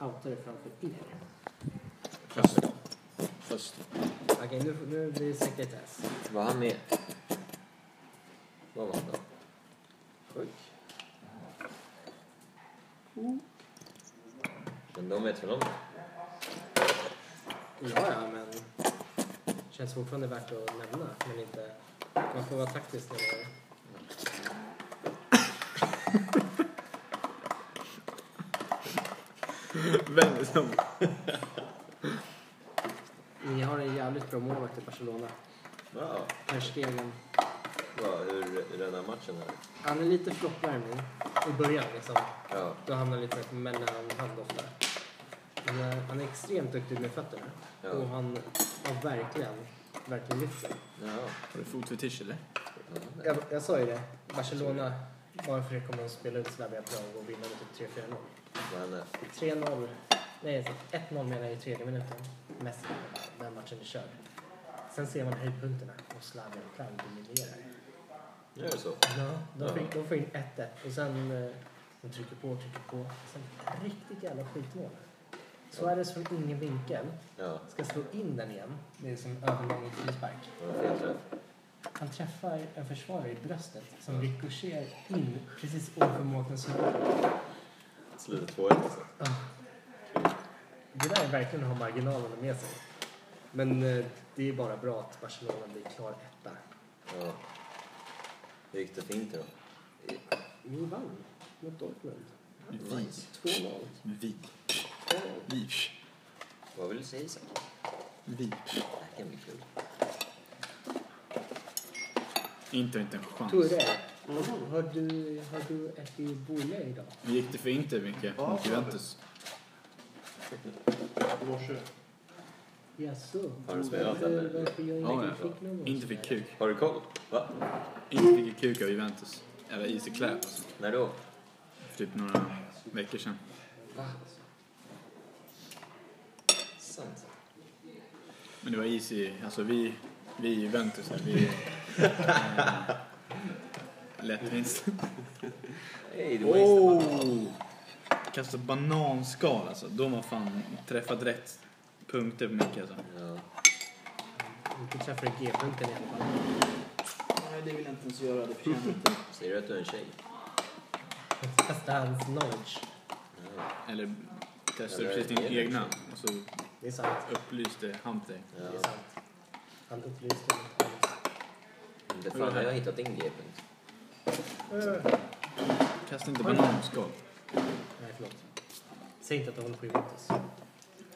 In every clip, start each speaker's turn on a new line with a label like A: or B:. A: outa eh, det framför er.
B: Klasse. Först.
A: Okej, nu, nu blir det sekretess.
B: Var han med? Vad var han då? Sjuk. Men de vet väl om det?
A: Ja, ja, men känns fortfarande värt att nämna. Men inte, man får vara taktisk när man gör det.
C: Vem som...
A: Ni har en jävligt bra målvakt i Barcelona.
B: Wow.
A: Per Stegen.
B: wow. Hur hur den här matchen är.
A: Han är lite floppvärm nu. I början liksom.
B: Ja.
A: Då hamnar han lite mellan hand ofta. Men eh, han är extremt duktig med fötterna.
B: Ja.
A: Och han har verkligen, verkligen lyft sig.
B: Ja.
C: Har du fotfetisch eller?
A: Jag, jag sa ju det. Barcelona, bara för det kommer att spela ut Slavia Prag och vinna med typ 3-4-0.
B: Men eh,
A: 3-0. Nej, 1-0 menar jag i tredje minuten. Mest när matchen är körd. Sen ser man höjdpunkterna och Slavia Prag dominerar.
B: nu är det så.
A: Ja, de fick, de får in 1-1 och sen eh, de trycker på och trycker på. Sen ett riktigt jävla skitmål. Suarez från ingen vinkel
B: Ja.
A: ska slå in den igen. Det är som överlång i frispark.
B: Det var fel träff.
A: Han träffar en försvarare i bröstet som rikoscherar in precis ovanför målens huvud.
B: Slutet 2-1 alltså.
A: Ah. Det där är verkligen att ha marginalerna med sig. Men eh, det är bara bra att Barcelona blir klar etta.
B: Ja. Hur gick det för Inter då?
A: Vi vann mot Dortmund.
C: Vi.
A: 2-0.
C: Vi.
A: Ja.
C: Vi.
B: Vad vill du säga Isak?
C: Vi.
B: Det här kan bli kul.
C: Inte inte en chans.
A: Torre, har du, har du ett i Bolle idag?
C: Hur gick det för Inter, Micke?
D: Ja,
C: Mot Juventus?
D: I morse.
A: Jaså?
B: Har du spelat,
A: Varför-
B: eller?
A: Varför jag
C: Ja,
A: inte
C: ja.
A: fick någon?
C: Inte fick kuk.
B: Har du koll? Va?
C: Inte fick ju kuk av Juventus. Eller i sig kläp, alltså.
B: När då?
C: För typ några veckor sedan.
B: Sant.
C: Men det var easy. Alltså vi, vi i Juventus, här, vi... eh, Lätt vinst.
B: Hej, det var Isak.
C: Oh! Kasta bananskal alltså. De har fan träffat rätt punkter på mycket alltså.
B: Ja.
A: Inte träffade G-punkten i alla fall.
D: Nej, det vill jag inte ens göra. Det förtjänar inte.
B: Ser du att du är en tjej?
A: Testa hans knowledge.
B: Ja.
C: Eller testade
B: Eller
C: precis din
B: är det
C: egna
B: så?
C: och så
A: Det är sant.
C: upplyste han dig.
A: Det är
B: ja.
A: sant. Han upplyste mig.
B: Inte fan har jag hittat din G-punkt.
C: Kasta inte bananskal.
A: Nej, förlåt. Säg inte att du håller på Juventus.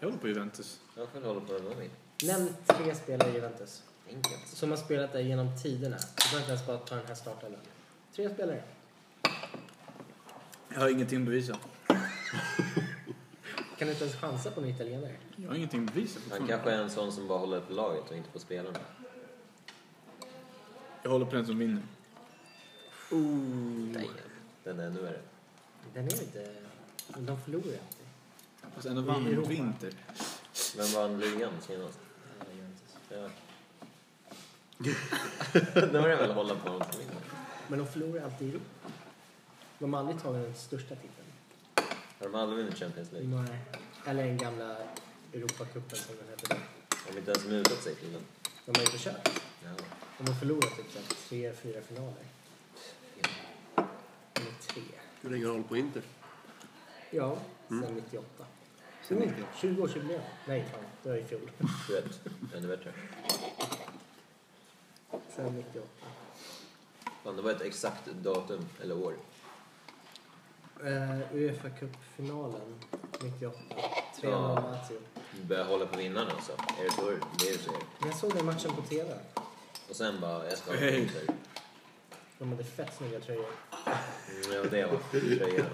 C: Jag håller på Juventus.
B: Jag själv håller på med vad min.
A: Nämn tre spelare i Juventus
B: Enkelt.
A: som har spelat där genom tiderna. Du behöver inte ens bara ta den här startelvan. Tre spelare.
C: Jag har ingenting att bevisa.
A: Kan du inte ens chansa på en italienare?
C: Jag har ingenting att bevisa.
B: Han kanske är en sån som bara håller på laget och inte på spelarna.
C: Jag håller på den som vinner. Oh.
B: Nej, den är ännu värre.
A: Den är inte... De förlorar alltid.
C: Fast Alltså, ändå
A: I
C: vann mot
A: Europa.
C: Winter.
B: Vem vann ligan senast?
A: Ja, Juventus.
B: Ja. Då var det väl hålla på någon som vinner.
A: Men de förlorar alltid i Europa. De har aldrig tagit den största titeln.
B: Har de aldrig vunnit Champions League?
A: Nej. Eller den gamla Europacupen som den hette då.
B: De har inte ens mutat sig till den.
A: De har ju försökt.
B: Ja.
A: De har förlorat typ så här tre, fyra finaler. Eller tre.
D: Hur länge har du hållit på Inter?
A: Ja, sen 98.
D: Sen 90.
A: 20-årsjubileum. Nej, fan. Det var i fjol.
B: 21. Ännu bättre.
A: Sen 98.
B: Fan, det var ett exakt datum, eller år.
A: Uh, uefa Cup-finalen 98. 3-0
B: Ja.
A: Lazio.
B: Börja hålla på vinnarna alltså. Är det så? Det är det så. är det.
A: Men Jag såg den matchen på TV.
B: Och sen bara, jag ska ha
C: Hej.
B: en pinser.
A: De hade fett snygga tröjor.
B: Mm, ja, det var tröjan.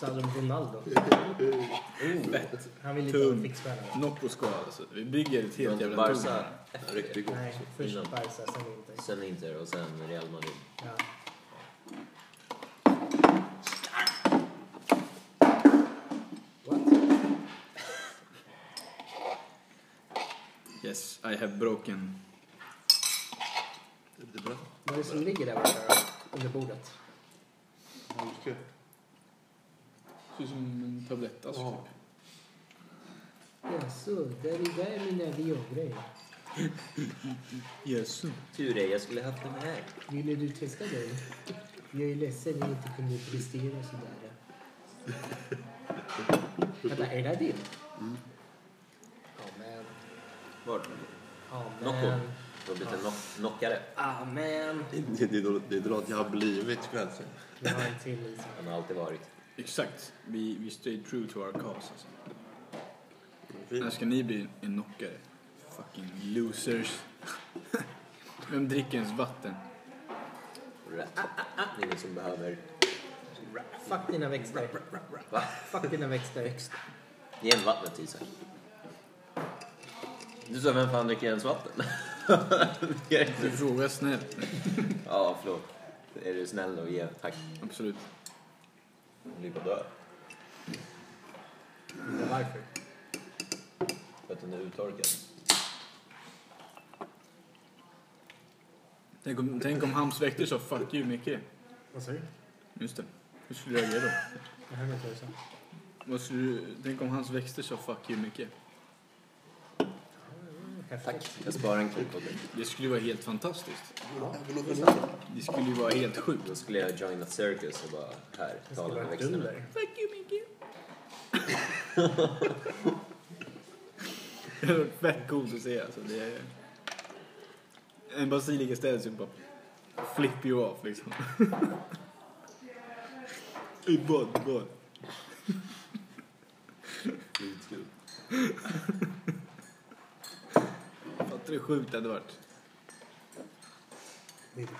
A: Så hade de Ronaldo.
B: Oh.
C: Fett.
A: Han ville inte ha en
C: Tung.
A: fixstjärna.
C: Nocco-skal alltså. Vi bygger ett helt jävla torn.
B: Barca efter.
A: Nej, först
B: Innan.
A: Barca, sen Inter.
B: Sen Inter och sen Real Madrid.
A: Ja. What?
C: Yes, I have broken.
D: Det är bra.
A: Vad är det som ligger där borta då? Under bordet?
D: Handske.
C: Ser ut som en tablett alltså.
D: Ja.
C: Typ.
A: Jaså, det är det där mina Dior-grejer.
C: Jösses.
B: Tur är, jag skulle haft dem här.
A: Ville du testa dig? Jag är ledsen att jag inte kunde prestera sådär. Vänta, är det här din? Amen.
B: Vart?
A: Amen.
B: Nocco. Du har blivit en knock- knockare.
A: Amen.
E: Det, det, är då- det är något jag har blivit kan jag säga.
A: Vi har en till Lisa.
B: Han har alltid varit.
C: Exakt. Vi, vi stay true to our cause. Alltså. När
E: Fint.
C: ska ni bli en knockare? Fucking losers. Vem dricker ens vatten?
B: Rätt. Det är ingen som behöver...
A: Fuck dina växter.
B: Va?
A: Fuck dina växter.
B: Ge en vattnet Isak. Du sa vem fan dricker ens vatten? Det är
C: Du
B: inte-
C: frågar snällt.
B: ja, förlåt. Är du snäll och ge tack.
C: Absolut.
B: Hon ligger på dö.
A: Varför?
B: För att den är uttorkad.
C: Tänk om, tänk om Hams väkter sa fuck you Micke.
A: Vad sa du?
C: Just det. Hur skulle du reagera då?
A: Jag hörde inte vad du sa.
C: Vad skulle du, tänk om hans växter sa fuck you Micke.
B: Tack. Jag sparar en klick åt dig.
C: Det skulle ju vara helt fantastiskt. Det skulle ju vara helt sjukt.
B: Då skulle jag joina Circus och bara här,
A: Det ska
B: tala
A: vara
B: med
A: ett
B: växterna.
A: dunder.
C: Fuck you Micke. det hade varit fett coolt att se alltså. Det är... En basilika ställs ju bara flip you off liksom. I bad, bad.
B: Skitkul.
C: Fattar du hur sjukt det hade varit?
A: Det är på.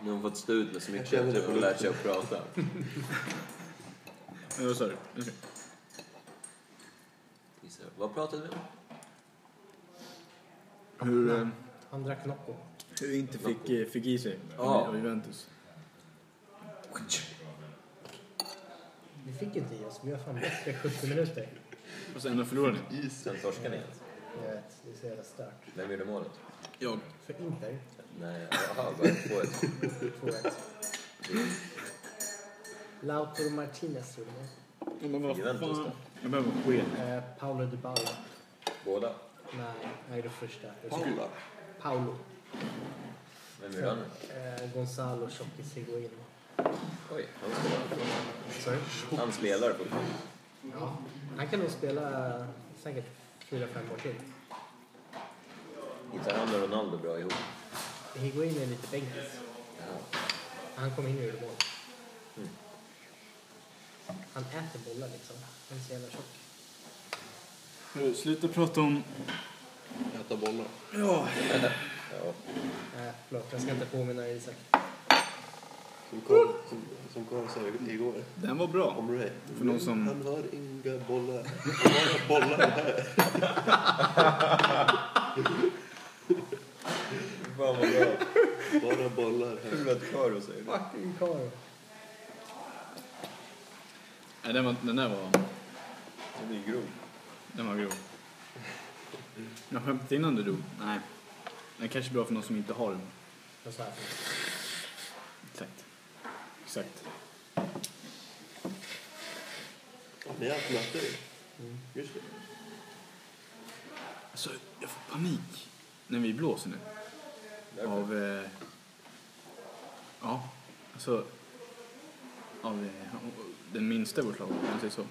B: Nu har hon fått stå ut med så mycket
E: Jag känner
B: att
E: det
B: hon har lärt sig att prata.
C: Men vad sa du? Nu ska-
B: Isak, Vad pratade vi om?
C: Hur, eh,
A: Han drack Nocco.
C: hur vi inte fick, eh, fick i sig
B: Ja.
C: av Juventus.
A: Vi fick inte i oss. Vi har fan bättre 70 minuter.
C: Och sen ändå förlorade ni.
B: Sen torskade ni alltså.
A: Jag vet, det är så jävla stört.
B: Vem gjorde målet?
C: Jag.
A: För Inter,
B: Nej, jaha, bara två ett.
A: 2-1. Lautaro Martinez gjorde det.
C: Men vad
B: Juventus då?
C: fan. Jag behöver en sked.
A: Eh, Paolo Dybala.
B: Båda?
A: Nej, nej det första.
E: Paula.
A: Paolo.
B: Vem gjorde han?
A: Eh, Gonzalo Tjockis Higuain.
B: Oj, han spelar.
A: Sorry?
B: Han spelar fortfarande.
A: Ja. Han kan nog spela eh, säkert fyra fem år till.
B: Inte han och Ronaldo bra ihop.
A: Higuain är lite bänkis. Han kom in och gjorde mål.
B: Mm.
A: Han äter bollar liksom. Han är så jävla tjock.
C: Hörru, Sluta prata om...
E: Äta bollar.
C: Ja,
B: Ja,
A: Eh, förlåt, jag ska inte påminna dig Isak.
E: Som Karl som, som Carl sa igår
C: den var bra.
E: om Ray.
C: För någon som-
E: Han har inga bollar. Han har bollar här.
B: Fan vad bra.
E: Bara bollar här.
B: Kul att Karo säger det.
A: Fucking Karo.
C: Nej, den, var, den där var...
B: Den är grov.
C: Den var grov. Jag skämtade innan du dog. Nej. Den kanske är bra för någon som inte har den.
A: Jag sa att-
C: Exakt. Exakt.
E: Ni har haft möte ju. Just det.
C: Alltså, jag får panik. När vi blåser nu.
B: Därför.
C: Av... Eh, ja, alltså... Av eh, den minsta i vårt lag, om man säger så.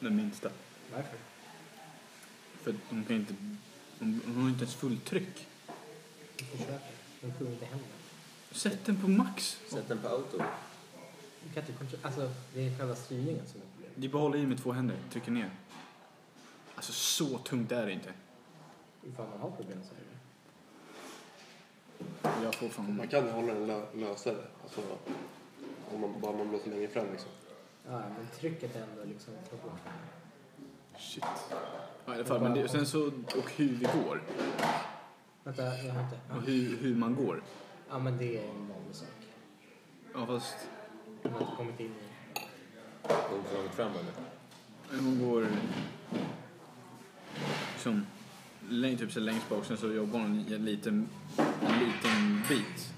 C: Den minsta.
A: Varför?
C: För att de kan inte... De, de har inte ens fulltryck.
A: Du försöker. Men det kommer inte hända.
C: Sätt den på max.
B: Sätt den på auto.
A: Du kan inte kontrollera. Alltså, det är själva styrningen som är problemet.
C: Det är bara att hålla i med två händer, trycker ner. Alltså så tungt är det inte.
A: Ifall man har problem så är det.
C: Jag får fan...
E: Man kan hålla den lö, lösare. Alltså, om man, bara man blåser längre fram liksom.
A: Ja, men trycket är ändå liksom ta bort.
C: Shit. Ja, i alla fall, men det, sen så... Och hur vi går.
A: Vänta, Alltså, jag har inte.
C: Och
A: Ja,
C: hur, hur man går.
A: ja men det är en vanlig sak.
C: Ja fast...
A: Man har inte kommit in i...
B: Går inte långt fram eller?
C: Hon går... Liksom... Läng, typ så längst bak, sen så jobbar hon i en liten, en liten bit.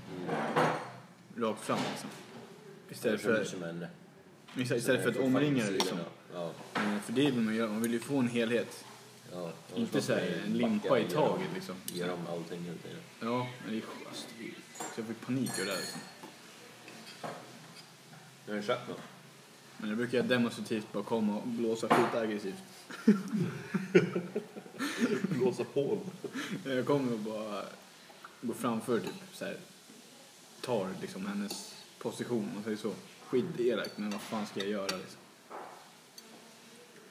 C: Rakt fram liksom. Istället
B: Hur
C: för...
B: mycket som händer.
C: Istället för att omringa det liksom.
B: Ja,
C: Eh, För det vill man göra, man vill ju få en helhet.
B: ja.
C: Inte så här en limpa i taget liksom.
B: Ge dem allting hela tiden.
C: Ja, men det är skönt. Så jag fick panik över det här liksom.
B: Nu har du köpt något.
C: Men jag brukar demonstrativt bara komma och blåsa skit aggressivt.
E: Blåsa på.
C: Jag kommer och bara gå framför typ så här, tar liksom hennes position och säger så. Skitelakt, men vad fan ska jag göra liksom?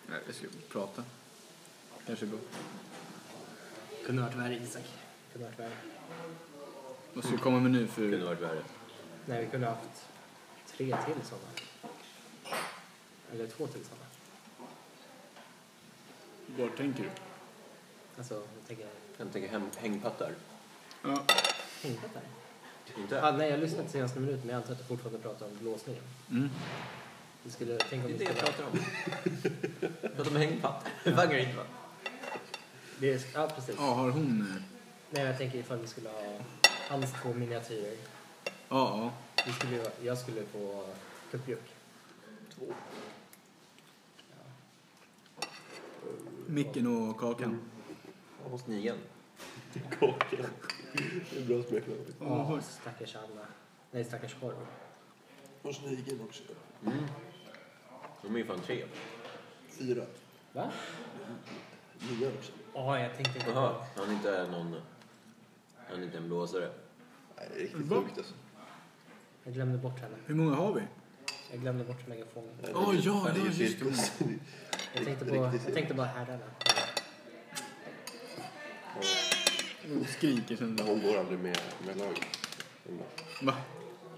C: Nej, jag ska prata. Kanske gå.
A: Kunde varit värre Isak. Kunde varit värre.
C: Vad ska vi komma med nu
B: Det kunde
C: för...
B: varit värre.
A: Nej, vi kunde haft tre till sådana. Eller två till sådana.
C: Vad tänker du?
A: Alltså, jag tänker...
B: Jag tänker hem, hängpattar.
C: Ja,
A: Tänka där.
B: Inte?
A: Ah, nej, jag lyssnade inte senaste minuten, men jag antar att du fortfarande pratar om blåsningen.
C: mm.
A: Vi skulle, tänk om
B: Det är
A: vi
B: det jag
A: skulle...
B: pratar om. Jag pratar om hängpattar. Det vaggar inte va?
A: Det är, ja, precis.
C: ja har hon... eh,
A: Nej, jag tänker ifall vi skulle ha hans två miniatyrer.
C: Ja,
A: Vi skulle, ju- jag skulle få kuppjuck.
C: ja. Micken och Kakan.
B: Och snigeln.
E: Kakan. Det är bra smeknamn.
A: Ja,
C: Ja.
A: stackars Anna. Nej, stackars Korv.
E: Och snigeln också.
B: De är ju fan tre.
E: Fyra.
A: Va?
E: Nia också.
A: Ja, jag tänkte inte på...
B: Jaha, han är inte någon... Han är inte en blåsare.
E: Nej, det är riktigt
C: Va?
E: sjukt alltså.
A: Jag glömde bort henne.
C: Hur många har vi?
A: Jag glömde bort megafonen.
E: Nej,
C: Åh,
E: det är-
C: ja,
E: det är
C: ja,
E: ju
C: just det.
E: cirkus.
A: Jag tänkte, på,
E: Riktigt
A: jag tänkte bara härda henne.
C: Skriker sen.
E: Men Hon går aldrig med, med laget. Hon-
C: Va?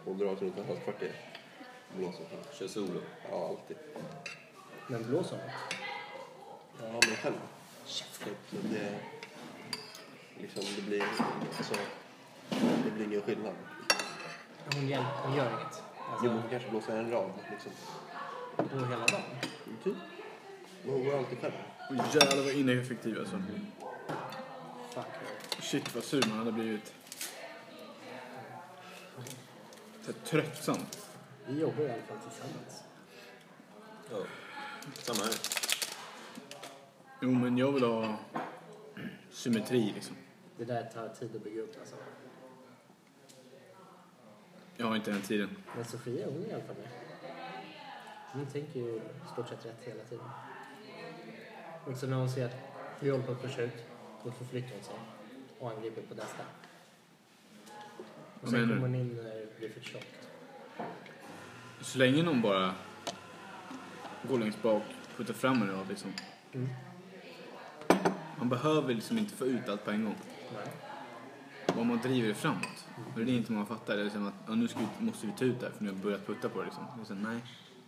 E: Hon drar sig runt hans kvarter. Blåser på.
B: Kör solo.
E: Ja, alltid.
A: Men blås hon?
E: Ja, men själv. Så det... Liksom, det blir... Alltså, det blir ingen skillnad.
A: Hon, hjälp, hon gör inget.
E: Jo, hon
A: Alltså,
E: kanske blåser en rad. Liksom.
A: på hela dagen.
E: Typ. Men hon går alltid själv.
C: Åh, Jävlar vad ineffektiv alltså.
A: Fuck her.
C: Shit vad sur man hade blivit. Så här tröttsamt.
A: Vi jobbar i alla fall tillsammans.
B: Ja. Samma här.
C: Jo men jag vill ha symmetri liksom.
A: Det där tar tid att bygga upp alltså.
C: Jag har inte den tiden.
A: Men Sofia, hon är i alla fall med. Hon tänker ju i stort sett rätt hela tiden. Och så när hon ser att vi håller på att pusha ut, då förflyttar hon sig och angriper på nästa. Och
C: Vad
A: sen
C: menar
A: kommer
C: du?
A: hon in när det blir för tjockt.
C: Så länge någon bara går längst bak, puttar fram en rad liksom.
A: Mm.
C: Man behöver liksom inte få ut allt på en gång.
A: Nej.
C: Bara man driver det framåt. Och det är inte man fattar. Det är liksom att ja, nu ska vi, måste vi ta ut det här för nu har jag börjat putta på det liksom. Och sen, nej,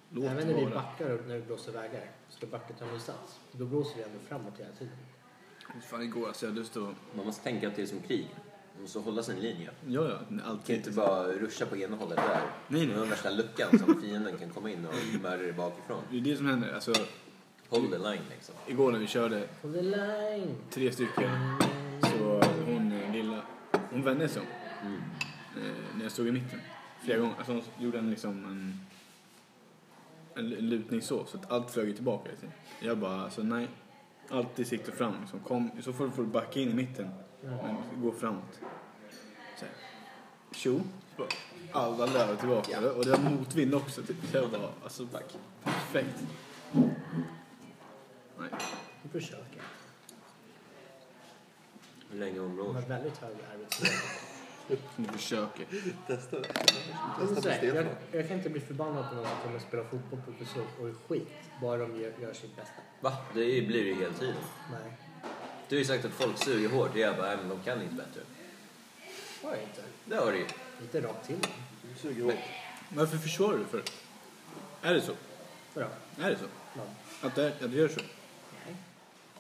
C: låt
A: Även
C: det
A: när vi
C: vara.
A: backar och när vi blåser vägar, så backen tar ny sats. Då blåser vi ändå framåt hela tiden.
C: Fan igår alltså jag hade lust att...
B: Man måste tänka att det är som krig. Man måste hålla sin linje.
C: Ja, ja.
B: Man kan
C: Alltid.
B: inte bara ruscha på ena hållet där.
C: Nej,
B: Det
C: nej.
B: är den värsta luckan som fienden kan komma in och mörda dig bakifrån.
C: Det är det som händer. Alltså,
B: Hold the line liksom.
C: igår när vi körde
A: On the line!
C: tre stycken så hon eh, lilla, hon vände sig om. Eh, när jag stod i mitten. Flera gånger. Alltså hon gjorde en liksom en, en lu- lutning så. Så att allt flög ju tillbaka. Liksom. Jag bara, alltså nej. Alltid sikta fram liksom. Kom, i så fall får du backa in i mitten. Men gå framåt. Så här. Tjo. Så bara, Alla löv tillbaka. Och det var motvind också. Typ. Så jag bara, alltså back. Perfekt. Nej.
A: Vi försöker.
B: Hur länge hon
A: De har
B: blåser.
A: väldigt hög arbetsnivå.
C: Som du försöker.
E: Testa.
A: Men
E: Testa
A: så
E: på
A: här, Jag,
E: Stefan.
A: jag kan inte bli förbannad på någon som kommer att spela fotboll på besök och är skit. Bara de gör, gör sitt bästa.
B: Va? Det blir det ju hela tiden.
A: Nej,
B: Du har ju sagt att folk suger hårt. Det är jag bara, "Nej, men de kan inte bättre.
A: var jag inte.
B: Det har du ju.
A: Lite rakt till dem.
E: Du suger åt.
C: Varför försvarar du för? Är det så?
A: Vadå?
C: Är det så?
A: Ja.
C: Att, det, att du gör så?
A: Nej.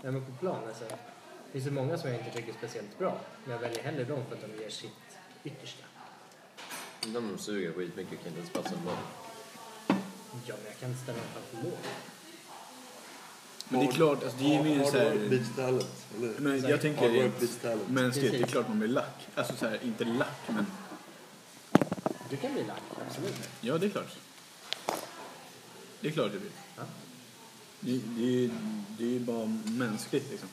A: Nej, men på plan alltså. Det finns ju många som jag inte tycker är speciellt bra. Men jag väljer hellre dem för att de ger sitt yttersta.
B: Inte om de suger skitmycket kan inte ens passa en boll.
A: Ja, men jag kan inte ställa mig framför mål.
C: Men det är klart, alltså, det är ju en så här...
E: Beach talent, eller
C: Men jag tänker
E: Hard work
C: rent
E: beats talent.
C: mänskligt, det är
A: Precis.
C: klart man blir lack. Alltså så här, inte lack men...
A: Du kan bli lack, absolut.
C: Ja, det är klart. Det är klart du vill.
A: Ja.
C: Det, det, är ju- det är ju bara mänskligt liksom.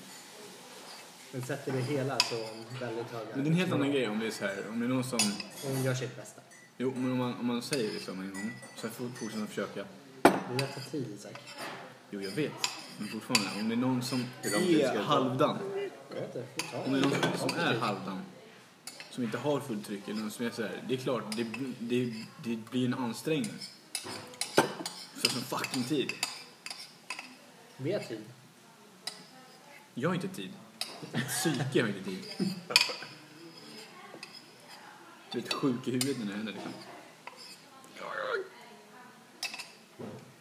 A: Men sätter du hela så väldigt höga...
C: Men det är en helt annan grej om det är så här, om det är någon som...
A: Hon gör sitt bästa.
C: Jo, men om man, om man säger liksom en gång, sen får fortsätter man försöka.
A: Det där tar tid, Isak.
C: Jo, jag vet. Men fortfarande, om det är någon som
B: Hur lång tid ska
C: är
B: det ta?
C: halvdan.
A: Jag vet inte, får
C: Om
A: ta
C: det är
A: det.
C: någon som är halvdan. Som inte har fullt tryck eller någon som är så här. Det är klart, det, det, det blir en ansträngning. Så som fucking tid.
A: Mer tid.
C: Jag har inte tid. Mitt Psyke har inte tid. Du är ett sjuk i huvudet när det händer liksom.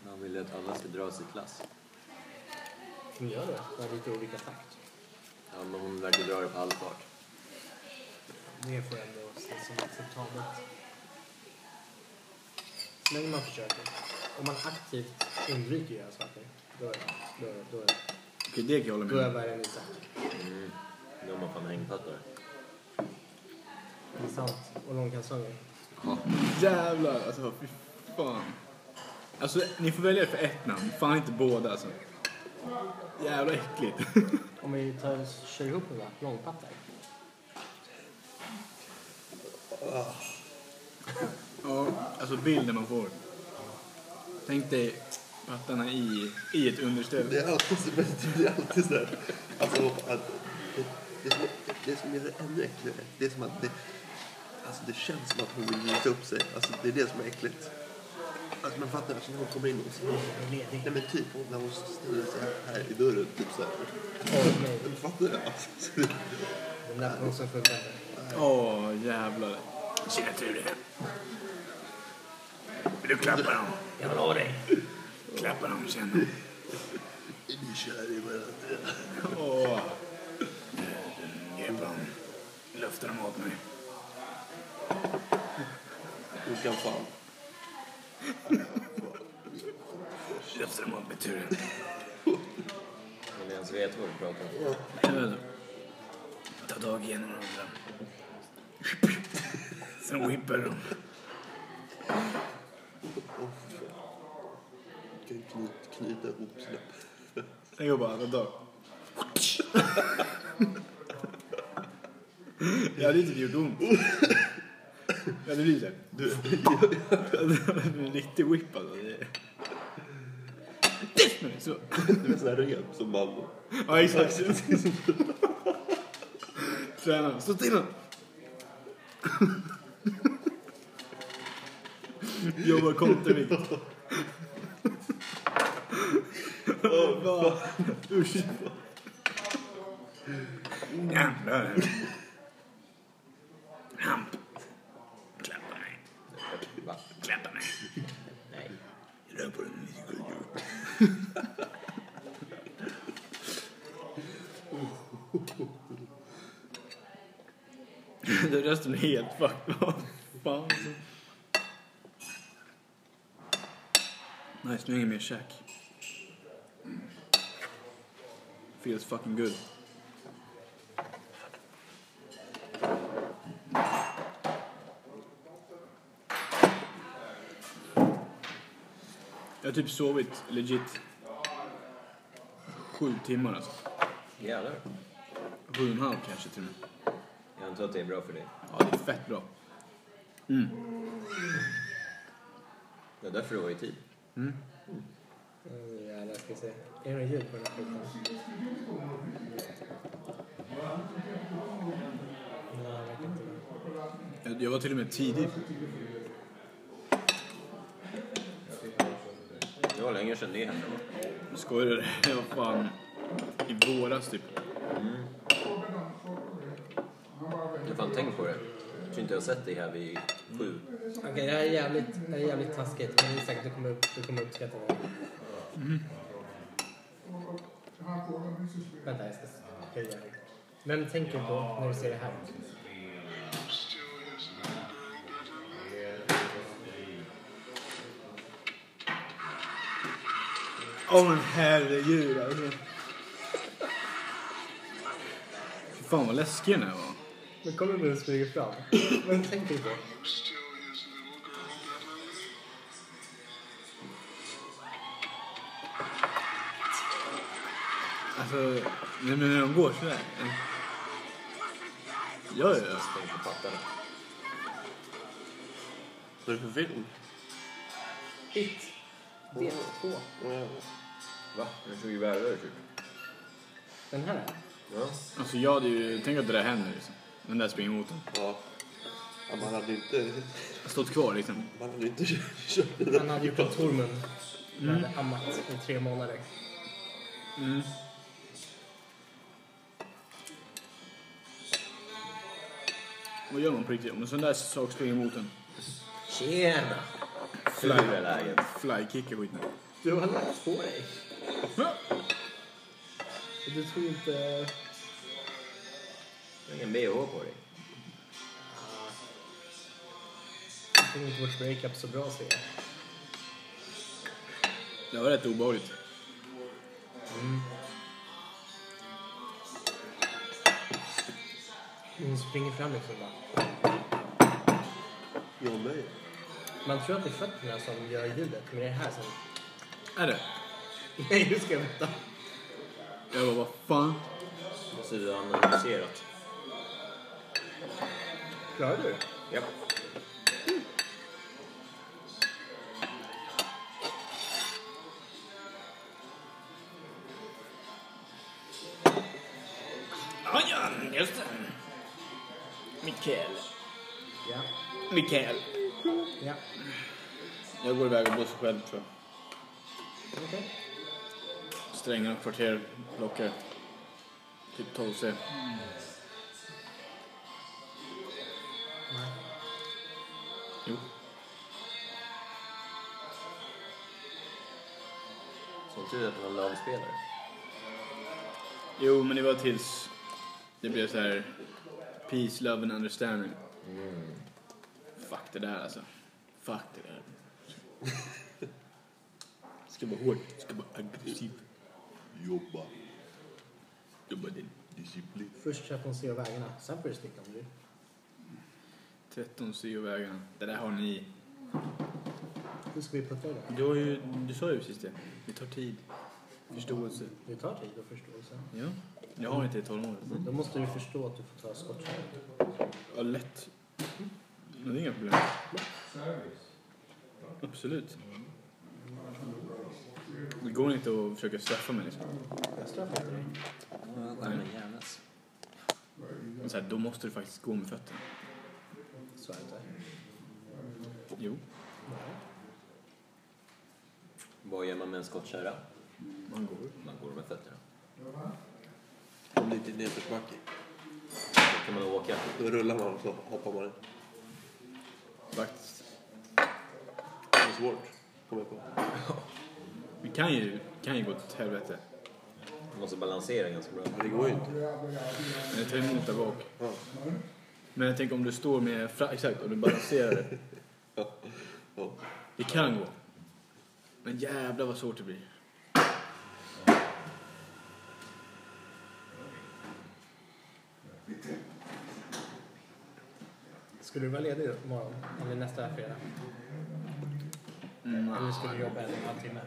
B: Han vill att alla ska dra sitt lass.
A: Hon gör det. Det är lite olika takt.
B: Ja, men hon verkar dra det på all fart.
A: Det får jag ändå se som acceptabelt. Så länge man försöker. Om man aktivt undviker att göra saker, då är då, då, då,
C: Okej, det kan jag hålla
A: då är jag
C: med om.
A: värre än Isak.
B: Mm. Nu har man fan hängpattar.
A: Det är sant. Och långkalsonger.
C: Jävlar alltså, fy fan. Alltså, ni får välja er för ett namn. Fan inte båda alltså. Jävla äckligt.
A: Om vi tar, kör ihop några långpattar.
C: Ja, alltså bilden man får. Tänk dig pattarna i, i ett
E: Det
C: underställ.
E: är alltid, så- men det är alltid så här. Alltså, att, det, det, som, det som gör det ännu äckligare, det är som att det, alltså, det känns som att hon vill visa upp sig. Alltså, det är det som är äckligt. Alltså, man fattar, alltså, när hon kommer in och så,
A: Ledig.
E: nej, men typ hon- när hon ställer sig här i dörren, typ så här.
A: Åh, nej.
E: Men Fattar du? Alltså, så,
A: Den där påsen funkar inte.
C: Åh, jävlar. Tjena Ture. Vill du klappa dem?
A: Jag vill ha dig.
C: Klappa dem sen.
E: vi kör i varandra.
C: Åh. Hjälp dem. Lufta dem åt mig.
E: Hon kan fan.
C: Lufta dem åt mig Ture.
B: Eller ens vet vad du pratar om.
C: Ta tag i en och andra. Sen whippar dem.
E: Åh, fy fan. Kan knyt, knyta ihop sina...
C: Jag jobbar alla dagar. Jag hade inte gjort ont. Jag hade blivit såhär... Det blir en riktig whip alltså. Det- Så.
E: Det är sådana rep som man...
C: Ja exakt. Träna, stå stilla! Jobbar kontervikt. Åh, Usch. Jävlar. Hamp. Klappa mig.
B: Va?
C: Klappa mig.
B: Nej.
C: Rör på den. Den rösten är helt fucked. Vad fan alltså. Nice, nu är inget mer käk. Feels fucking good. Jag har typ sovit legit sju timmar alltså.
B: Jävlar.
C: Sju och en halv kanske till och med.
B: Jag antar att det är bra för dig.
C: Ja, det är fett bra.
B: Det är därför du var i tid.
A: Mm, Jävlar, ska vi se. Är det något ljud på den här skiten? Nej, det verkar inte vara.
C: Jag, jag var till och med tidig.
B: Det var länge sedan det hände. va?
C: Skojar du? Jag var fan i våras typ.
B: Jag har fan tänkt på det. Jag tror inte jag har sett dig här vid sju.
A: Okej, det här är jävligt, det här är jävligt taskigt. Men Isak, du kommer, du kommer uppskatta det. Mm. Vänta, jag ska höja. Vem tänker du på när du ser det här?
C: Åh men herregud alltså. Fy fan vad läskig den här var.
A: Nu kommer du och smyger fram. Vem tänker du på?
C: Alltså, nej, men när de går sådär. en- Ja, ja, ja.
B: Stäng på pattarna.
E: Vad är det för film?
A: Hit. Del 2.
B: Va? Jag såg ju värre typ.
A: Den här?
B: Ja.
C: Alltså jag hade ju, tänk att det där händer liksom. Den där springer mot en.
E: Ja. ja man hade ju inte,
C: Stått kvar liksom.
E: man hade ju inte kört den
A: Han hade gjort en Tormund. Han hade ammat i tre månader.
C: Vad gör man på riktigt? Om en sån där sak springer mot en.
B: Tjena! Hur är läget?
C: Flykickar skiten.
A: Du har lagt på dig. Du tog inte...
B: Du har ingen bh på dig.
A: Jag tog inte vårt breakup så bra ser jag.
C: Det var rätt obehagligt.
A: Hon springer fram liksom bara.
E: Jag med.
A: Man tror att det är fötterna som gör ljudet, men det är det här som...
C: Är det?
A: Nej, nu ska jag vänta.
C: Jag bara, vad fan?
B: Måste du ha analyserat?
A: Klarar du det?
B: Ja.
C: Ja, ja, just det. Mikael.
A: Ja.
C: Mikael.
A: Ja.
C: Jag går iväg och blåser själv tror jag.
A: Okej.
C: Strängarna, kvarter, blockar. Typ 12 C.
A: Nej.
C: Jo.
B: Som tur att du var lagspelare.
C: Jo, men det var tills det blev så här peace, love and understanding. Mm. Fuck det där alltså. Fuck det där. Ska vara hård, ska vara aggressiv.
E: Jobba.
C: Jobba din.
E: Disciplin.
A: Först så att hon ser vägarna, sen får du snitta om du
C: 13 C och vägarna. Det där har ni.
A: Hur ska vi putta det då?
C: Du, har ju, du sa ju precis det. Det tar tid. Förståelse.
A: Det tar tid att förstå. Så.
C: Ja. Jag har inte i 12 år.
E: Mm.
A: Då måste du förstå att du får ta skottkärran.
C: Ja, lätt. Men det är inga problem. Absolut. Det går inte att försöka straffa mig liksom.
A: Jag straffar inte dig.
C: Nej, men Men Så här, då måste du faktiskt gå med fötterna.
A: Så är det inte.
C: Jo,
A: Nej.
B: Vad gör man med en skottkärra?
C: man går.
B: Man går med fötterna.
E: Om det inte är nedförsbacke.
B: Då kan man åka.
E: Då rullar man och så hoppar man.
C: Faktiskt.
E: Det är svårt. Kommer jag på.
C: Det kan ju, kan ju gå åt helvete.
B: Man måste balansera ganska bra.
E: Men det går ju inte.
C: Men det tar emot där bak.
E: Ja.
C: Men jag tänker om du står med... Fra, exakt, och du balanserar det.
E: Ja.
C: Det kan gå. Men jävlar vad svårt det blir.
A: Skulle du vara ledig imorgon? Eller nästa fredag?
C: Mm,
A: Eller skulle du jobba en och en halv timme?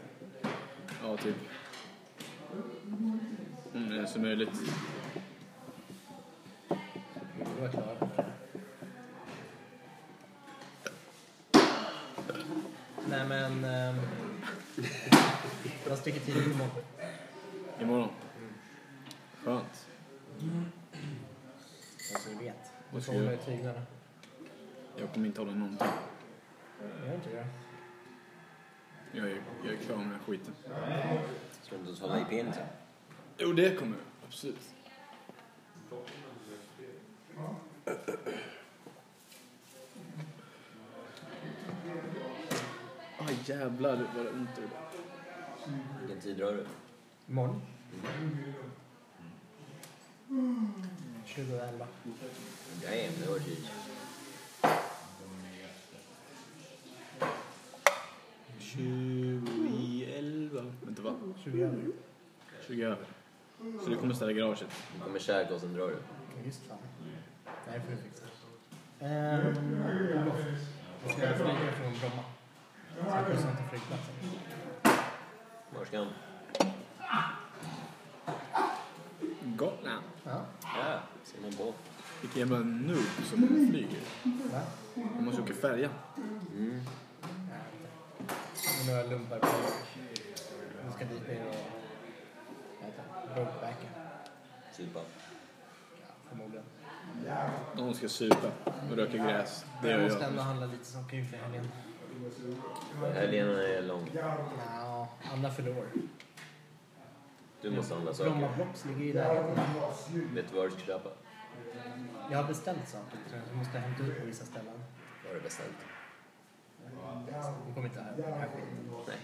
C: ja, typ. Om det är så möjligt.
A: Du var klar. Nej men... ehm, Jag sticker tidigt imorgon.
C: Imorgon. Skönt.
A: Alltså du vet. Du
C: Vad
A: får
C: ska jag
A: hålla i
C: göra?
A: tyglarna.
C: Jag kommer inte hålla någonting.
A: Gör inte det?
C: Jag är, jag är klar med den här skiten.
B: Ska du inte hålla i pinsen?
C: Jo, det kommer jag. Absolut. Aj, Ah, jävlar vad det ont det var.
B: Vilken tid drar du?
A: Imorgon? 2011.
B: Damn, det var tid.
C: 2011. Vänta, va?
A: 2011?
C: 20 över. Så du kommer ställa garaget?
B: Du kommer käka och sen drar du.
A: Ja, Just fan. Det här får du fixa. Ehm, Olof. Ska jag flyga från Bromma? Så jag skjutsar inte flygplatsen.
B: Var ska han?
C: Ja.
A: Ja.
B: Ja, som en båt.
C: Vilken jävla noob som flyger.
A: Va?
C: Man måste åka färja.
A: Med några lumpar på. Vi ska dit ner och... Vad heter det? Roadbacka.
B: Supa.
A: Ja, förmodligen.
C: Någon ska supa och röka gräs. Det gör
A: Jag måste ändå
C: jag.
A: handla lite som kul för helgen.
B: Helgen är lång.
A: Ja, alla förlorar.
B: Du måste handla
A: Bromma
B: saker.
A: Blocks ligger ju i närheten.
B: Vet du vad du ska köpa?
A: Jag har beställt saker tror jag. Jag måste hämta ut på vissa ställen.
B: Vad har du beställt?
A: De kommer inte här. här skiten.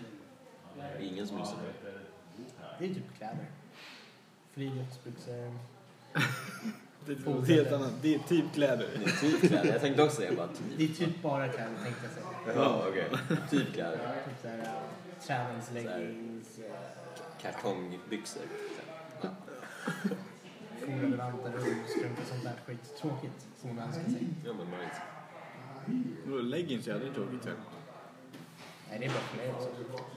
B: Nej. Det är ingen som lyssnar.
A: Det är ju typ kläder. Friluftsbyxor.
C: Det är något helt annat. Det är typ kläder.
B: Det är typ kläder. Jag tänkte också det. Bara
A: Det
B: typ.
A: är typ bara kläder tänkte jag säga.
B: Ja, okej. Typ kläder.
A: Typ såhär äh, träningsleggings, äh,
B: Kartongbyxor.
A: formelvanta rullstrumpor och eh, sånt där skit. Tråkigt som man önskar sig.
B: Ja, men nice.
C: Vadå, leggings? Ja, det är tråkigt. Ja.
A: Nej, det är bra för mig också.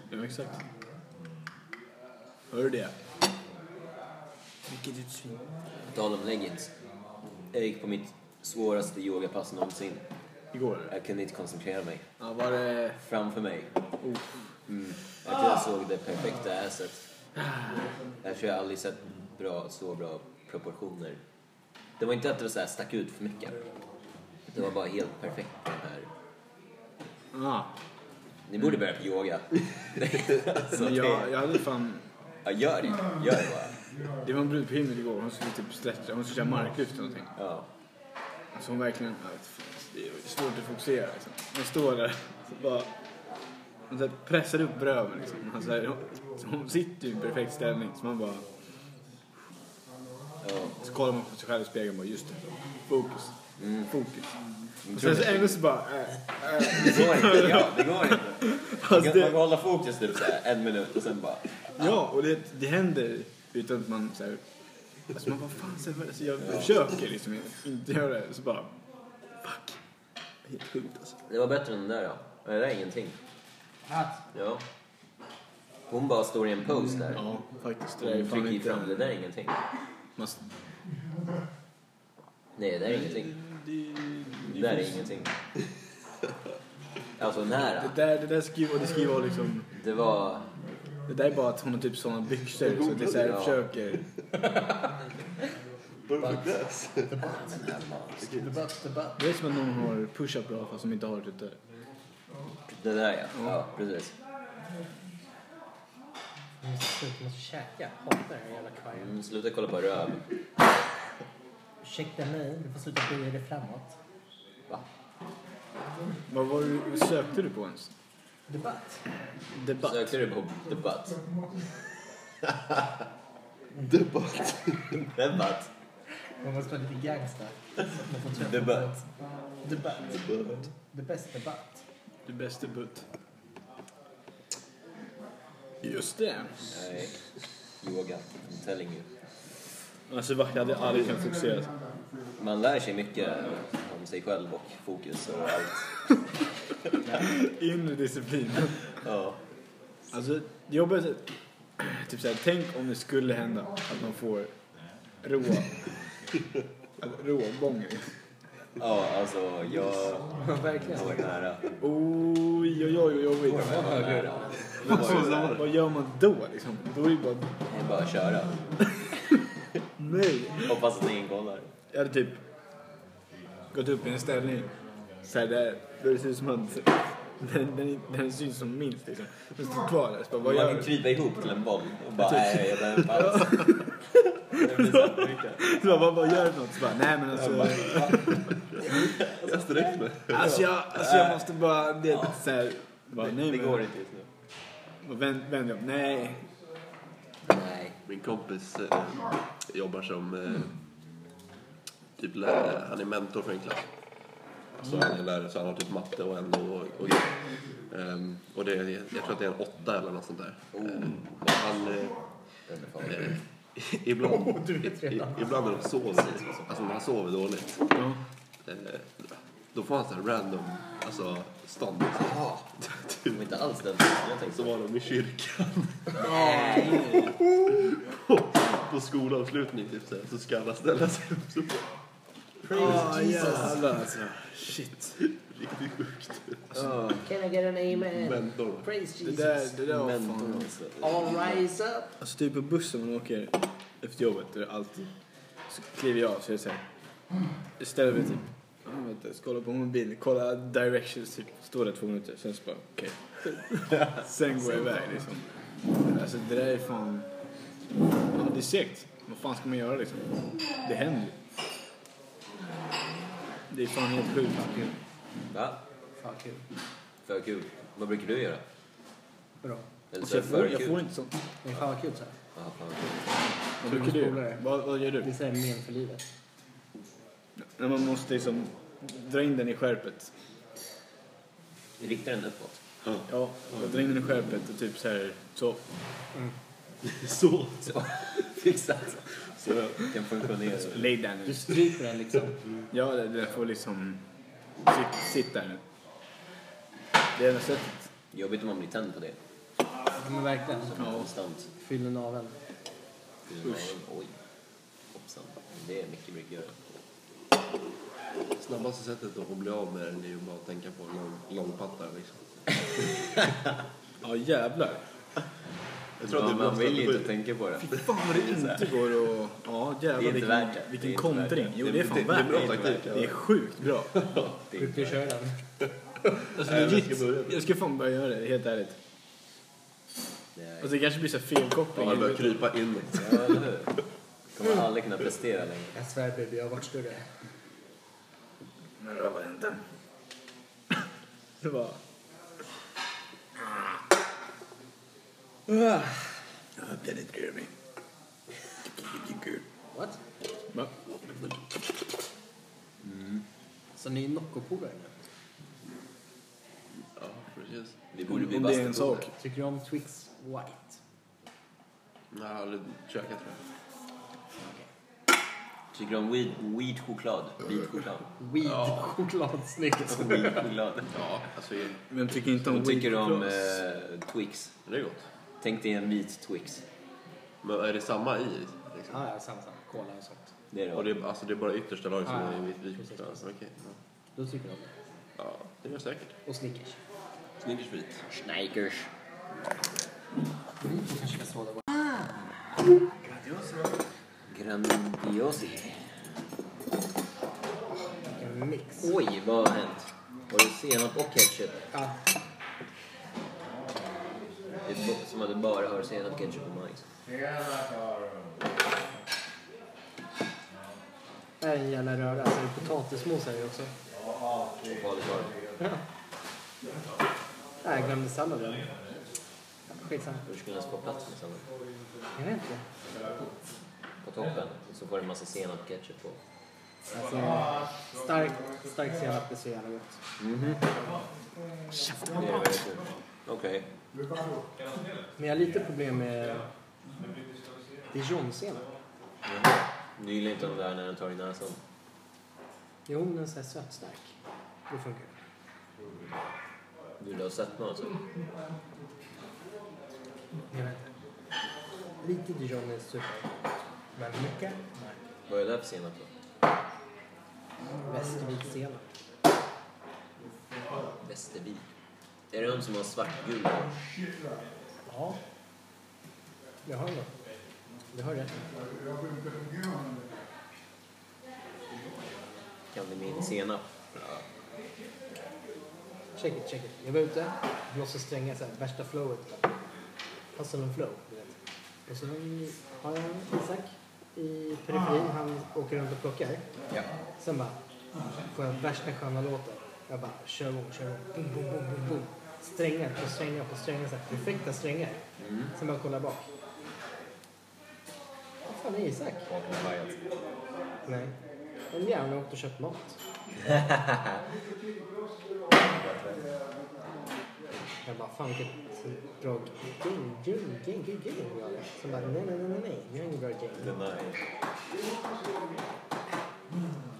C: Ja, exakt. Hör du det? Vilket ett svin.
B: På tal om leggings. Jag gick på mitt svåraste yogapass någonsin.
C: Igår?
B: Jag kunde inte koncentrera mig.
C: Ja, var det...
B: Framför mig.
C: Oh.
B: Mm. Att jag såg det perfekta asset. Jag tror jag aldrig sett bra, så bra proportioner. Det var inte att det var så här stack ut för mycket. Det var bara helt perfekt det här.
C: Ah.
B: Ni borde börja på yoga. alltså,
C: Men
B: det,
C: jag,
B: ja,
C: jag hade fan...
B: gör det.
C: Mm.
B: Gör det bara.
C: Det var en brud på himlen igår. Hon skulle typ stretcha. Hon skulle köra marklyft eller någonting.
B: Ja.
C: Alltså hon verkligen... ja, vet fan, alltså, Det är svårt att fokusera liksom. Hon står där så bara... Hon så här pressar upp röven liksom. Alltså, hon, hon sitter ju i perfekt ställning så man bara...
B: ja.
C: Så kollar man på sig själv i spegeln och bara just det. Fokus. Fokus.
B: tror
C: Och sen
B: du-
C: så ändå så bara... Äh,
B: Det går inte. Ja, det går inte. Man kan,
C: Alltså, det-
B: man kan hålla fokus typ så här en minut och sen bara...
C: Ja, och det, det händer utan att man såhär... Alltså man bara fan, så här, så jag försöker liksom inte göra det. Så bara... Fuck. Helt sjukt alltså.
B: Det var bättre än den där ja. Men det där är ingenting.
A: Att,
B: Ja. Hon bara står i en pose där.
C: Ja, faktiskt. Det där är
B: Hon
C: Mm. fan
B: trycker ju fram. Det
C: inte...
B: där är ingenting.
C: Man,
B: Nej, det där är ingenting.
C: det,
B: Det där är ingenting. Alltså nära.
C: det där, det där skriver, och det skriver jag liksom...
B: Det var...
C: Det där är bara att hon har typ såna byxor så att det såhär
B: Ja.
C: försöker...
E: Varför krävs?
A: debatt, debatt.
C: Det är som att någon har push-up bra fast som inte har det typ där.
B: Det där ja. Ja,
C: Mm.
B: precis.
A: Jag måste sluta med att käka. Hatar den här jävla kvargen.
B: Mm, sluta kolla på röv.
A: Ursäkta mig, du får sluta böja dig framåt.
B: Va?
C: Vad var du, vad sökte du på ens?
A: Debatt.
C: Debatt?
B: Sökte du på debatt?
E: Debatt.
B: Debatt?
A: Man måste vara lite gangster. Man får träffa
B: Debatt.
A: folk. Debatt. The best debatt.
C: Du bäste butt. Just det.
B: Nej. Yoga. I'm telling you.
C: Alltså va, jag hade aldrig kunnat fokusera.
B: Man lär sig mycket om sig själv och fokus och allt.
C: Inre disciplin.
B: Ja.
C: Alltså jobbet är typ såhär, tänk om det skulle hända att man får råa. Alltså, Rågången.
B: Ja, alltså jag
A: Verkligen.
B: har varit nära.
C: Oj, oj, oj, oj, oj. Alltså, vad gör man då liksom? Då är det bara,
B: Det är bara att köra.
C: nej.
B: Hoppas att ingen kollar.
C: Jag hade typ gått upp i en ställning så här där, där det ser ut som att den, den, den syns som minst liksom. Den står kvar där. Så bara, vad
B: Man
C: gör
B: kan
C: du?
B: krypa ihop till en boll och bara nej, jag behöver inte alls. Det blir så här mycket.
C: Så bara, vad- vad gör du något? Så bara, nej men alltså.
E: Jag sträckte mig.
C: Alltså jag, alltså jag måste bara, det är så här. Bara, nej,
B: Det
C: men-
B: går inte just nu.
C: Och vänd, vänd jag. Nej.
B: Nej.
E: Min kompis eh, jobbar som eh, typ lärare. Han är mentor för en klass. Så han är lärare så han har typ matte och NO och, och grejer. Ehm, och det är, jag tror att det är en åtta eller något sånt där. Ehm, och han... Eh, eh, ibland, i, ibland när alltså, de sover, alltså när han sover dåligt,
C: Ja.
E: eh, då får han så här random alltså, stånd. Jaha.
B: Det var inte alls den tanken jag tänkte.
E: Så var de i kyrkan
B: Nej.
E: på skolavslutning typ så, här, så ska alla ställa sig upp. Så
F: Praise Jesus.
C: Jävlar alltså. Shit.
E: riktigt sjukt.
B: Åh,
A: Can I get an amen?
E: Men då,
A: Praise
C: Det
A: Jesus.
C: där, det där var
B: Men
C: fan...
B: då-
A: All rise up.
C: Alltså typ på bussen man åker efter jobbet, där det alltid... Så kliver jag av så är det såhär... Ställer mig typ... ja, Vänta, ska kolla på mobilen, kolla directions typ. Står där två minuter, sen så bara okej. sen går jag iväg liksom. Alltså det där är fan... Ja, det är segt. Vad fan ska man göra liksom? Det händer ju. Det är fan helt sjukt.
B: Va?
F: Fan kul.
B: För kul. Vad brukar du göra?
F: Bra.
B: Eller
C: Alltså,
B: så
C: jag,
B: för
C: får, jag
B: kul?
C: får inte sånt.
F: Men fan vad kul så här.
B: Ja, fan, kul.
C: Vad brukar du
F: Polare.
C: göra? Vad, vad gör du?
F: Det är så här men för livet.
C: När man måste liksom dra in den i skärpet.
B: Rikta den uppåt.
C: Ja, och dra in den i skärpet och typ så här, så.
E: så,
B: Så. Exakt.
E: så
B: Kan funktionera.
C: Lay down nu.
A: Du stryper den liksom.
C: Ja, det- den får liksom sit, sitt där nu. Det är enda sättet.
B: Jobbigt om man blir tänd på det.
A: Ja, Men verkligen.
B: Konstant.
A: Fyll den av en.
B: Usch. Oj. Hoppsan. Det är mycket brukar göra.
E: snabbaste sättet att bli av med den är ju bara att tänka på lång, långpattare liksom.
C: Ja, jävlar.
E: Jag typ
B: Ja,
E: är bra
B: man vill ju inte
E: strategi.
B: tänka på det.
C: Fan vad det inte går att... Ja, jävlar
B: Det är inte
C: vilken,
B: värt det. Det är
C: vilken
B: inte
C: kontring.
B: värt
C: Jo,
E: Det-
C: det är
E: det-
C: fan
E: det är
C: värt
E: bra
C: det.
E: taktik, ja.
C: Det är sjukt bra.
B: Det är
A: Brukar du köra den?
C: Alltså
E: Nej, men jag
C: legit.
E: ska börja med det.
C: Jag ska fan börja göra det, helt ärligt.
B: Nej.
C: Alltså det kanske blir så här felkoppling.
E: Ja, det börjar krypa in.
B: Ja, eller hur? Kommer aldrig kunna prestera längre.
F: Jag svär baby, jag har varit större.
C: Det var...
A: What?
C: Va?
A: Så ni är Nocco-polare nu?
E: Ja, precis.
B: Vi borde
C: Om
B: bli
C: det är en
B: bastupoler.
C: sak.
A: Tycker du om Twix White?
E: Jag har aldrig käkat tror jag.
B: Tycker du om weed, weed choklad? Vit choklad?
A: Weed-choklad, snyggt.
B: Weed choklad.
E: Ja, alltså det
C: Men tycker inte om
B: Vad tycker du om
C: Week Plus?
B: eh, Twix?
E: är gott.
B: Tänk dig en vit Twix.
E: Men är det samma i? Liksom?
A: Ja, ja, samma, samma. Cola och sånt.
B: Det är
E: Och
B: det.
E: det, är- alltså det är bara yttersta laget som
A: Ja,
E: är vit
A: precis,
E: vit.
A: precis.
E: Okej. ja.
A: Då tycker du om det.
E: Ja, det är säkert.
A: Och Snickers.
E: Snickers vit.
B: Schneikers.
A: Vi kanske kan såda vår...
B: Grandiosi.
A: Vilken mix.
B: Oj, vad har hänt? Var det senap och ketchup?
A: Ja.
B: Det är bo- som att du bara har senap, ketchup och majs.
A: Det här är en jävla röra. Alltså, det är potatismos här i också.
B: Och farligt var det.
A: Nej, jag glömde salladen. Skitsamma.
B: Hur skulle den ens få plats med sallad?
A: Jag vet inte.
B: På toppen så får du en massa senap, ketchup och...
A: Alltså, starkt stark senap är så jävla gott.
B: Det är väldigt kul. Okej.
A: Men jag har lite problem med dijonsenap.
B: Du gillar inte den där när den tar i näsan.
A: Jo, men den är så här sötstark. Det funkar.
B: Du har sett någon alltså.
A: Jag vet inte. Lite dijon är super. Men mycket? Nej.
B: Vad är det där för senap då?
A: Västervik senap.
B: Västervik. Är det de som har svartgul
A: Ja.
B: hår?
A: Det har jag. Det har rätt.
B: Kan det bli en senap?
A: Check it, check it. Jag var ute, blåste strängar så här, värsta flowet. bara. Hustle and flow, du vet. Och sen har jag Isak i periferin, han åker runt och plockar.
B: Ja.
A: Sen bara, får jag värsta sköna låten. Jag bara, kör igång, kör igång. Boom, boom, boom, boom, boom. Strängar på strängar på strängar, så här, perfekta strängar. Sen bara kolla bak. Vad fan är Isak? Nej. En jävla åkte och köpt mat. Jag bara, fan vilket bra gäng, gäng, gäng, gäng, gäng vi har. Sen bara, nej, nej, nej, nej, nej, vi har inget bra gäng.
B: Nej.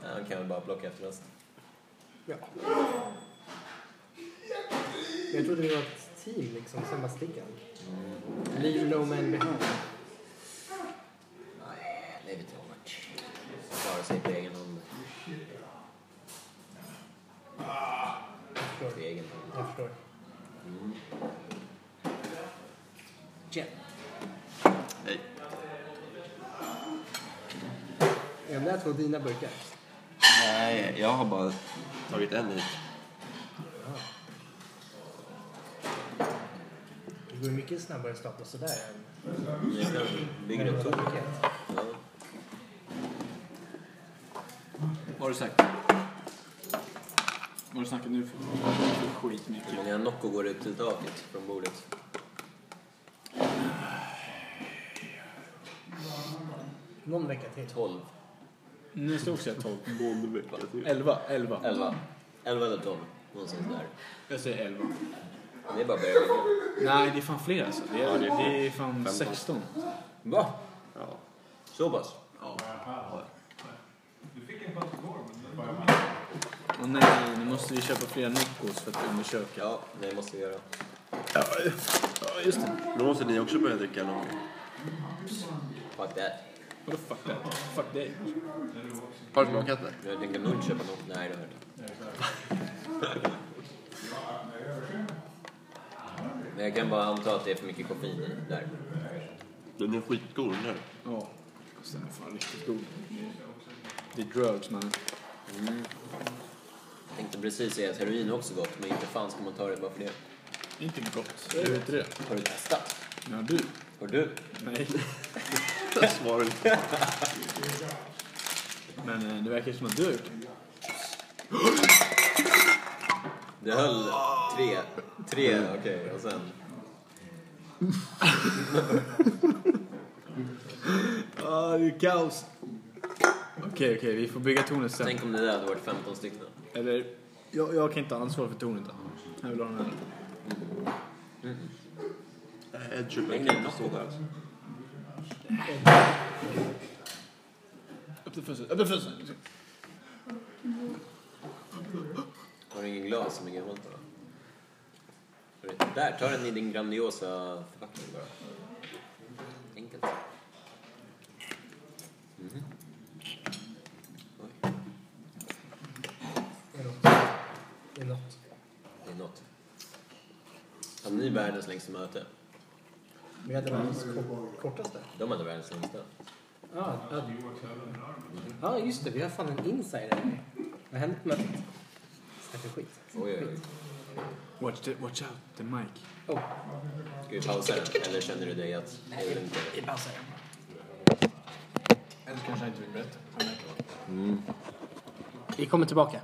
B: Han kan väl bara plocka efter oss.
A: Ja. Men jag trodde vi var ett team liksom, sen bara sticker han. Leave no man behind.
B: Nej, det vet jag inte. Klarar sig på egen hand. På egen hand.
A: Jag förstår. Tjena.
E: Hej.
A: Är de där två dina burkar?
E: Nej, jag har bara tagit en hit.
A: Det går ju mycket snabbare att stapla sådär än
B: Nu är den- bygger upp tornet.
A: paket.
B: Ja. Vad har du sagt?
C: Vad har du snackat nu för skitmycket?
B: Hur många Nocco går ut i taket från bordet?
A: Någon vecka till.
B: 12.
C: Nu stod jag 12.
E: Någon vecka till.
C: 11, 11.
B: 11. 11 eller 12. Någonstans där.
C: Jag säger 11.
B: Det är bara att börja bygga.
C: Nej, det är fan fler alltså. Det är, det är fan 16.
B: Va?
E: Ja.
B: Så pass?
C: Åh nej, nu måste vi köpa fler Noccos för att undersöka.
B: Ja, det måste vi göra.
C: Ja, just det.
E: Då måste ni också börja dricka någon gång.
B: Fuck that.
C: Vadå fuck that? Fuck dig.
E: Har du smakat det?
B: Jag tänker nog inte köpa något. Nej, det har jag inte. Men jag kan bara anta att det är för mycket koffein i där.
E: Den är skitgod den här.
C: Ja, fast den är fan riktigt god. Det är drugs mannen.
B: Jag tänkte precis säga att heroin är också gott, men inte fan ska man ta det bara för det.
C: Det är inte gott. Jag vet det.
B: Har du testat?
C: Ja, du.
B: Har du?
C: Nej.
E: Svaret.
C: Men eh, det verkar som att du har gjort det.
B: Det höll tre. Tre,
E: Mm.
B: okej. Och sen...
C: Ah, det är kaos. Okej, okej, vi får bygga tornet sen.
B: Tänk om det där hade varit 15 stycken.
C: Eller, jag, jag kan inte ansvara för tornet. Jag vill ha den här.
E: Edgeupen kan inte stå där. alltså.
C: Öppna fönstret, öppna fönstret!
B: Har du ingen glas som är gammalt då? Har du- Där, ta den i din grandiosa förpackning bara. Enkelt. Mhm. Oj,
A: Det är något. Det är något.
B: det är något. Hade ni världens längsta möte?
A: Men jag hade världens kort, kortaste.
B: De hade världens längsta.
A: Ja, ja. ja, just det. Vi har fan en insider. Vad har hänt med... Snackar skit.
B: Oj, oj, oj.
C: Watch, the, watch out, the mic.
A: Oh,
B: Ska vi pausa den? Eller känner du dig att... Nej, jag inte.
A: vi pausar.
C: Eller kanske inte vill berätta.
A: Vi kommer tillbaka.